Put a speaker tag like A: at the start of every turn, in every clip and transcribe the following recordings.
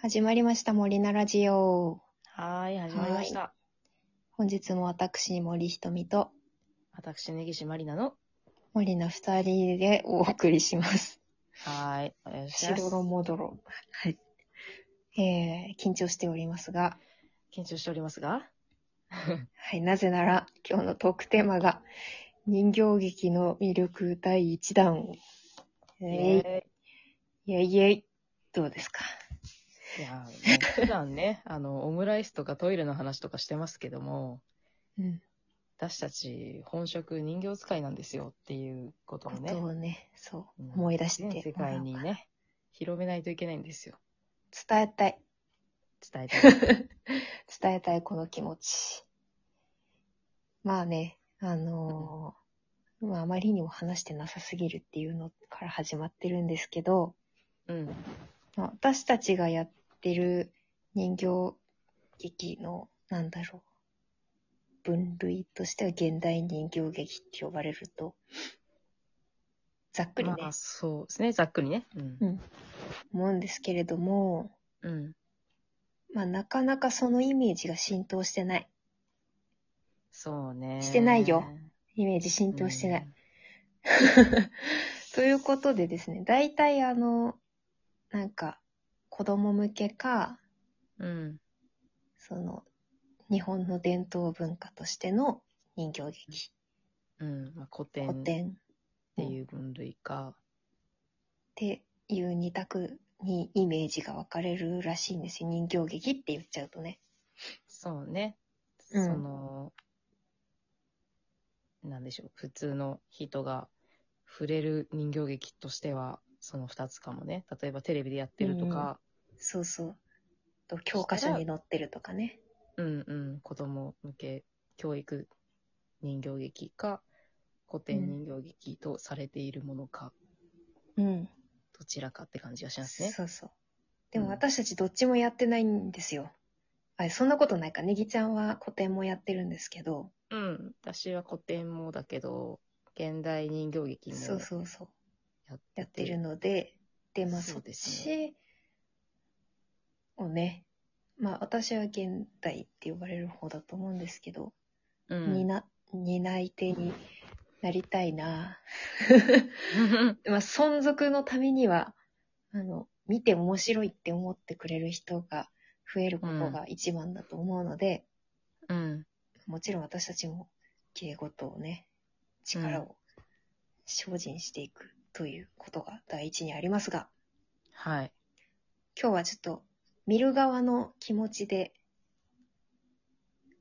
A: 始まりました、森菜ラジオ。
B: はーい、始まりました。
A: 本日も私、森ひとみと
B: 私、根岸まりなの。
A: 森の二人でお送りします。
B: はーい、お願いし
A: し
B: ます
A: どろもどろ。はい。えー、緊張しておりますが、
B: 緊張しておりますが。
A: はい、なぜなら今日のトークテーマが人形劇の魅力第1弾を。え
B: え
A: い、イェイイェイ。どうですか
B: ーいやー、もう普段ね、 あの、オムライスとかトイレの話とかしてますけども、
A: うん。
B: 私たち、本職人形使いなんですよっていうことを
A: こ
B: ね
A: と、をね、そう、
B: うん
A: 思い出してもらお
B: 全
A: う
B: 世界にね、広めないといけないんで すよ。
A: 伝えたい。
B: 伝えたい。
A: 伝えたいこの気持ち。まあね、あのーまああまりにも話してなさすぎるっていうのから始まってるんですけど、
B: うん。
A: まあ私たちがやってる人形劇の、なんだろう、分類としては現代人形劇って呼ばれると、ざっくりね、
B: まあ、そうですね、ざっくりね。うん。
A: 思うんですけれども、
B: うん。
A: まあなかなかそのイメージが浸透してない。
B: そうね。
A: してないよ。イメージ浸透してない。 ということでですね、大体あの、なんか、子供向けか、
B: うん。うん。
A: その、日本の伝統文化としての人形劇、
B: うん。まあ、古典
A: 古
B: っ
A: 典って
B: いう分類か。
A: ていう二択にイメージが分かれるらしいんですよ。人形劇って言っちゃうとね。
B: そうね。
A: うん
B: その、なんでしょう、普通の人が触れる人形劇としては、その二つかもね。例えばテレビでやってるとか、
A: そうそう。と教科書に載ってるとかね。
B: うんうん、子供向け教育人形劇か、古典人形劇とされているものか、
A: うん。
B: どちらかって感じがしますね。
A: そうそう。でも
B: うん
A: 私たちどっちもやってないんですよ。あ、そんなことないか。ネギちゃんは古典もやってるんですけど。
B: うん、私は古典もだけど、現代人形劇も
A: そうそうそう。
B: やっ
A: やってるので、で、まあ、そ
B: そ
A: っ
B: うです
A: ちをね、まあ、私は現代って呼ばれる方だと思うんですけど、
B: うん
A: 担、担い手になりたいな。まあ、存続のためには、あの、見て面白いって思ってくれる人が増えることが一番だと思うので、
B: うん。
A: もちろん私たちも芸事をね、力を精進していくということが第一にありますが、
B: はい。
A: 今日はちょっと見る側の気持ちで、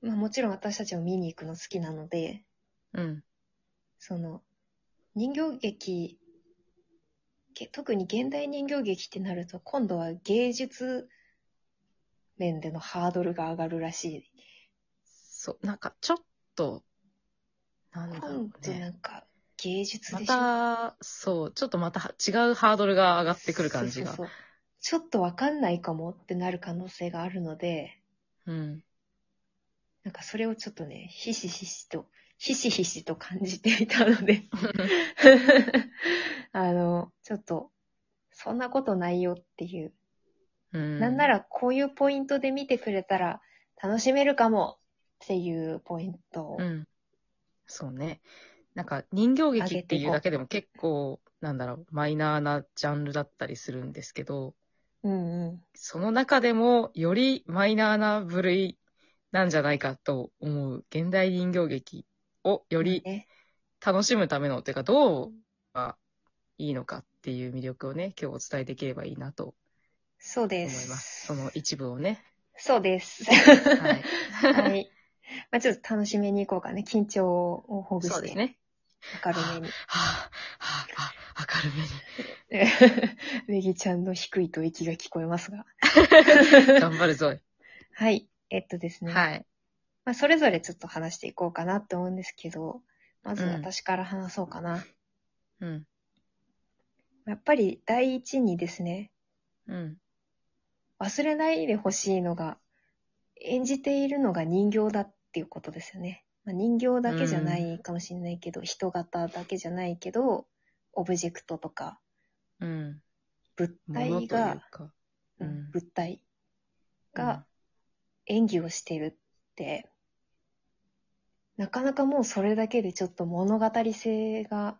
A: まあもちろん私たちも見に行くの好きなので、
B: うん。
A: その人形劇、け特に現代人形劇ってなると今度は芸術面でのハードルが上がるらし。
B: そう、なんかちょっと、ないんだろ
A: 今
B: う
A: 度な
B: ね。
A: んか芸術
B: ま
A: でしょ
B: た、そう、ちょっとまた違うハードルが上がってくる感じが。
A: そうそうそうちょっとわかんないかもってなる可能性があるので、
B: うん。
A: なんかそれをちょっとね、ひしひしと、ひしひしと感じていたので、 あの、ちょっと、そんなことないよっていう、
B: うん、
A: なんならこういうポイントで見てくれたら楽しめるかもっていうポイントを、
B: うん。そうね。なんか人形劇って
A: 上げて
B: い
A: いこう
B: うだけでも結構、なんだろう、マイナーなジャンルだったりするんですけど、
A: うんうん。
B: その中でもよりマイナーな部類なんじゃないかと思う現代人形劇をより
A: ね、
B: 楽しむための、というか、どうがいいのかっていう魅力をね、今日お伝えできればいいなと
A: そう
B: 思
A: で。
B: いますす。その一部をね。
A: そうです。
B: はい。
A: はい。まあちょっと楽しめに行こうかね。緊張をほぐ
B: そう
A: し
B: です
A: て、
B: ね。
A: 明るめに。
B: はあ、はあ、はあ、明る
A: ネギちゃんの低いと息が聞こえますが。
B: めに。頑張るぞい。
A: はい。えっとですね。
B: はい。
A: まあ、それぞれちょっと話していこうかなって思うんですけど、まず
B: うん
A: 私から話そうかな。
B: うん。
A: やっぱり第一にですね、
B: うん。
A: 忘れないでほしいのが、演じているのが人形だっていうことですよね。まあ、人形だけじゃないかもしれないけど、人型だけじゃないけど、オブジェクトとか
B: うん。
A: 物
B: ものとい
A: 体
B: う
A: が、
B: か。
A: う
B: うん
A: ん物体が演技をしてるって、なかなかもうそれだけでちょっと物語性が、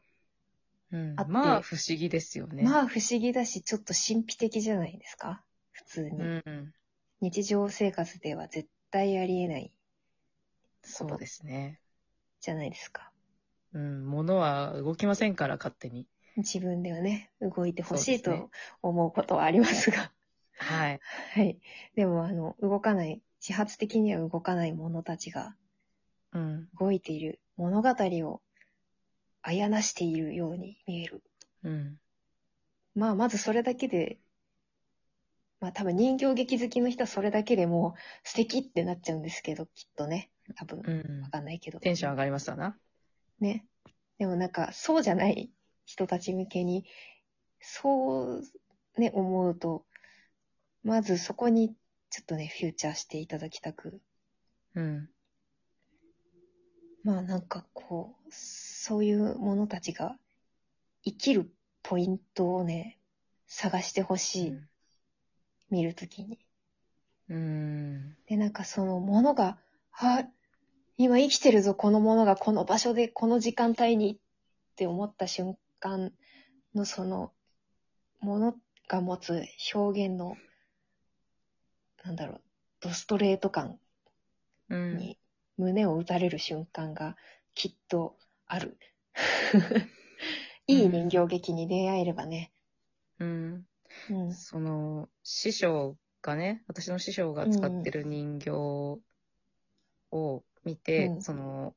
B: うん
A: あって
B: まあ不思議ですよね。
A: まあ不思議だし、ちょっと神秘的じゃないですか普通に、
B: うん、
A: 日常生活では絶対ありえない
B: そうですね。
A: じゃないですか。
B: うん、物は動きませんから、勝手に。
A: 自分ではね、動いてほしい
B: そうですね
A: と思うことはありますが。
B: はい。
A: はい。でも、あの、動かない、自発的には動かない者たちが
B: うん、
A: 動いている物語をあやなしているように見える。
B: うん、
A: まあ、まずそれだけで、まあ多分人形劇好きの人はそれだけでもう素敵ってなっちゃうんですけど、きっとね。多分、
B: うん
A: わ。かんないけど。
B: テンション上がりましたな。
A: ね。でもなんか、そうじゃない人たち向けに、そう、ね、思うと、まずそこに、ちょっとね、フューチャーしていただきたく。
B: うん、
A: まあなんかこう、そういう者たちが生きるポイントをね、探してほしい、見るときに。
B: うん、
A: で、なんかその物が、あ、今生きてるぞ、この物が、この場所で、この時間帯にって思った瞬間のその、物が持つ表現の、なんだろう、ドストレート感
B: うん。
A: に胸を打たれる瞬間がきっとある。いい人形劇に出会えればね。
B: うん
A: うん。
B: その、師匠がね、私の師匠が使ってる人形を見て、
A: うん
B: その、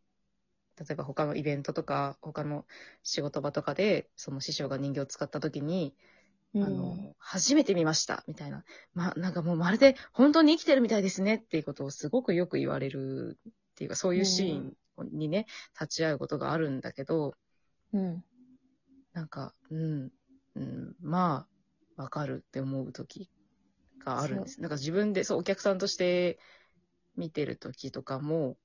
B: 例えば他のイベントとか、他の仕事場とかで、その師匠が人形を使った時に、
A: うん
B: あの、初めて見ましたみたいな。ま、なんかもうまるで本当に生きてるみたいですねっていうことをすごくよく言われるっていうか、そういうシーンにね、立ち会うことがあるんだけど、
A: うん。
B: なんか、うん、うん、まあ、わかるって思う時があるんです。なんか自分で、そう、お客さんとして見てる時とかも、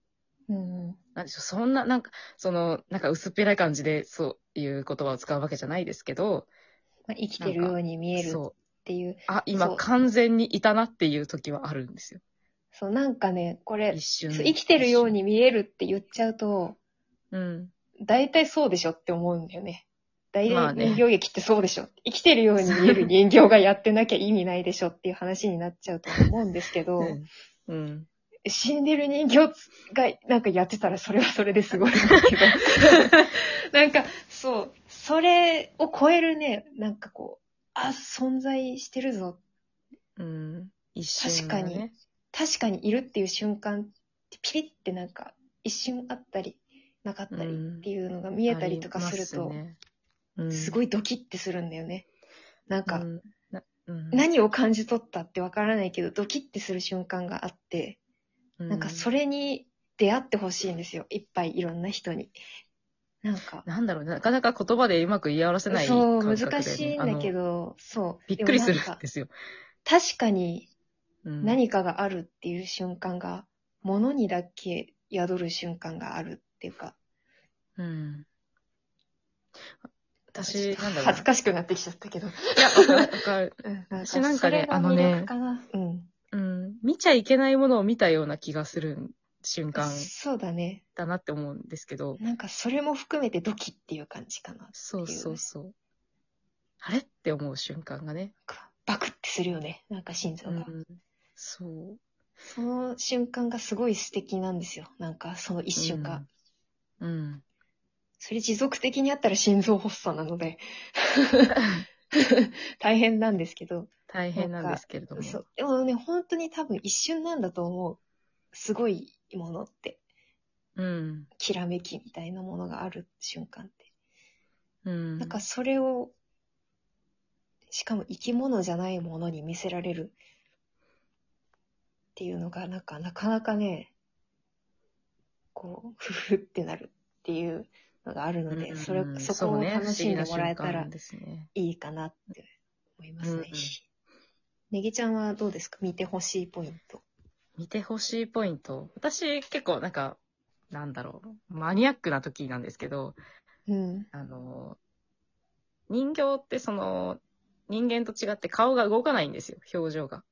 A: うん。
B: なんでしょう、そんな、なんか、その、なんか薄っぺらい感じで、そういう言葉を使うわけじゃないですけど、
A: まあ、生きてるように見えるっ
B: そう、
A: ていう。
B: あ、今
A: そう
B: 完全にいたなっていう時はあるんですよ。
A: そう、なんかね、これ
B: 一、瞬。
A: そう生きてるように見えるって言っちゃうと、
B: 一瞬。うん。
A: 大体そうでしょって思うんだよね。大
B: まあ
A: 体
B: ね
A: 人形劇ってそうでしょ。生きてるように見える人形がやってなきゃ意味ないでしょっていう話になっちゃうと思うんですけど、
B: うんうん。
A: 死んでる人形がなんかやってたらそれはそれですごいんだけど。 なんか、そう、それを超えるね、なんかこう、あ、存在してるぞ。
B: うん。一瞬、
A: 確
B: ね。
A: かに。確かにいるっていう瞬間ってピリってなんか一瞬あったり、なかったりっていうのが見えたりとかすると、
B: ありますねうん、
A: す
B: い、
A: ごいドキッてするんだよね。なんか、
B: うん、なうん
A: 何を感じ取ったってわからないけど、ドキッてする瞬間があって、なんかそ
B: れ、
A: れに出会ってほしいんですよ。いっぱいいろんな人に。なんか、
B: なんだろう、なかなか言葉でうまく言い表せない
A: そ
B: 感
A: う、
B: 覚で、ね。
A: 難しいんだけ
B: あの。
A: ど、そう。
B: びっくりする
A: でもなん
B: ん
A: か
B: ですよ。
A: 確かに
B: うん、
A: 何かがあるっていう瞬間が、物にだけ宿る瞬間があるっていうか、
B: うん。
A: ちょ
B: 私、
A: っと
B: なんだろう。
A: 恥ずかしくなってきちゃったけど。
B: いや、わかるわかる。
A: うんな
B: 私なん
A: そ
B: かね
A: れが
B: あの
A: 魅
B: ね
A: 力かなうん。
B: うん。見ちゃいけないものを見たような気がする瞬間
A: そうだね。
B: だなって思うんですけど。
A: なんかそれも含めてドキっていう感じかな。
B: そうそうそう。あれって思う瞬間がね。
A: バクってするよね。なんか心臓
B: う
A: が。
B: ん。そう。
A: その瞬間がすごい素敵なんですよ。なんかその一瞬が。
B: うん。うん。
A: それ持続的にあったら心臓発作なの で大変なんですけど。
B: 大変なんですけれども。
A: そう。でもね、本当に多分一瞬なんだと思う。すごいものって。
B: うん。
A: きらめきみたいなものがある瞬間って。
B: うん。
A: なんかそれを、しかも生き物じゃないものに見せられるっていうのが、なんかなかなかね、こう、ふふってなるっていうのがあるので、
B: うん
A: それ
B: う、ん
A: そこを楽しんでもらえたら
B: そうね不思議な瞬間ですね。
A: いいかなって思います
B: うんう
A: ね
B: ん。
A: ネギちゃんはどうですか見てほしいポイント。
B: 見てほしいポイント。私結構なんか、なんだろう、マニアックな時なんですけど、
A: うん。
B: あの、人形ってその、人間と違って顔が動かないんですよ、表情が。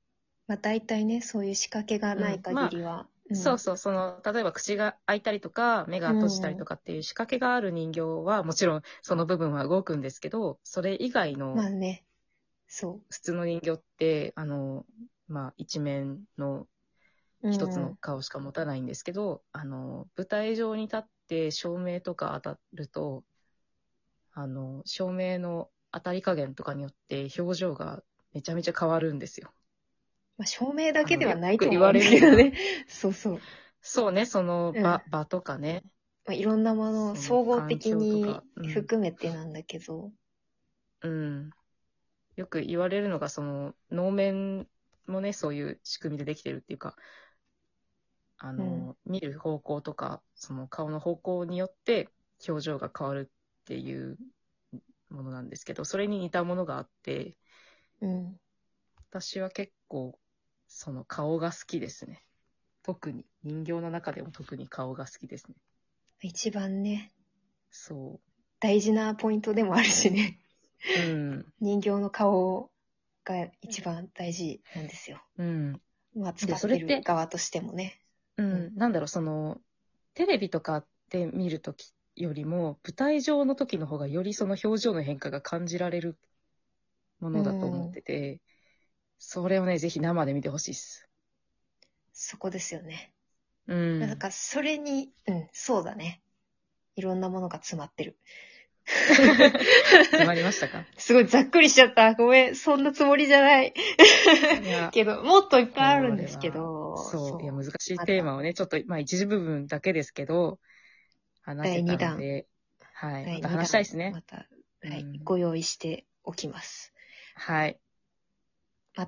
A: まあ大体ね、そういう仕掛けがない限りは。ん
B: そうそう、その、例えば口が開いたりとか、目が閉じたりとかっていう仕掛けがある人形は、もちろんその部分は動くんですけど、それ以外の
A: まあね。そ
B: 普通の人形って、あの、まあ、一面の
A: う。
B: 一つの顔しか持たないんですけど、あの、舞台上に立って照明とか当たると、あの、照明の当たり加減とかによって表情がめちゃめちゃ変わるんですよ。
A: まあ、照明だけではないと
B: あの
A: 思うんですけ
B: よく
A: ど
B: 言わ
A: ね。 そうそう。
B: そうね、その場、場とかね。
A: まあ、いろんなものを
B: そ
A: 総
B: う
A: 合的に
B: 環境とかうん
A: 含めてなんだけど。
B: うん。よく言われるのが、その、能面もね、そういう仕組みでできてるっていうか、あの、見る方向とか、その顔の方向によって表情が変わるっていうものなんですけど、それに似たものがあって、
A: うん。
B: 私は結構、その顔が好きですね。特に、人形の中でも特に顔が好きですね。
A: 一番ね、
B: そ
A: 大事なポイントでもあるしね。
B: う。うん。
A: 人形の顔が一番大事なんですよ。
B: うん。
A: まあ、使っ
B: それ
A: て
B: って
A: る側としてもね。
B: うん、なんだろう、その、テレビとかで見るときよりも、舞台上のときの方がよりその表情の変化が感じられるものだと思ってて、それをね、ぜひ生で見てほしいっす。
A: そこですよね。
B: うん。
A: なんか、それに、うん、そうだね。いろんなものが詰まってる。
B: 決まりました か
A: すごいざっくりしちゃった。ごめん、そんなつもりじゃない。
B: いや、
A: けど、もっといっぱいあるんですけど。
B: そういや、難しい
A: また
B: テーマをね、ちょっと、まあ一時部分だけですけど、話せたので、はい、
A: はい
B: また話したいですね。
A: また、はい、
B: うん
A: ご用意しておきます。
B: はい。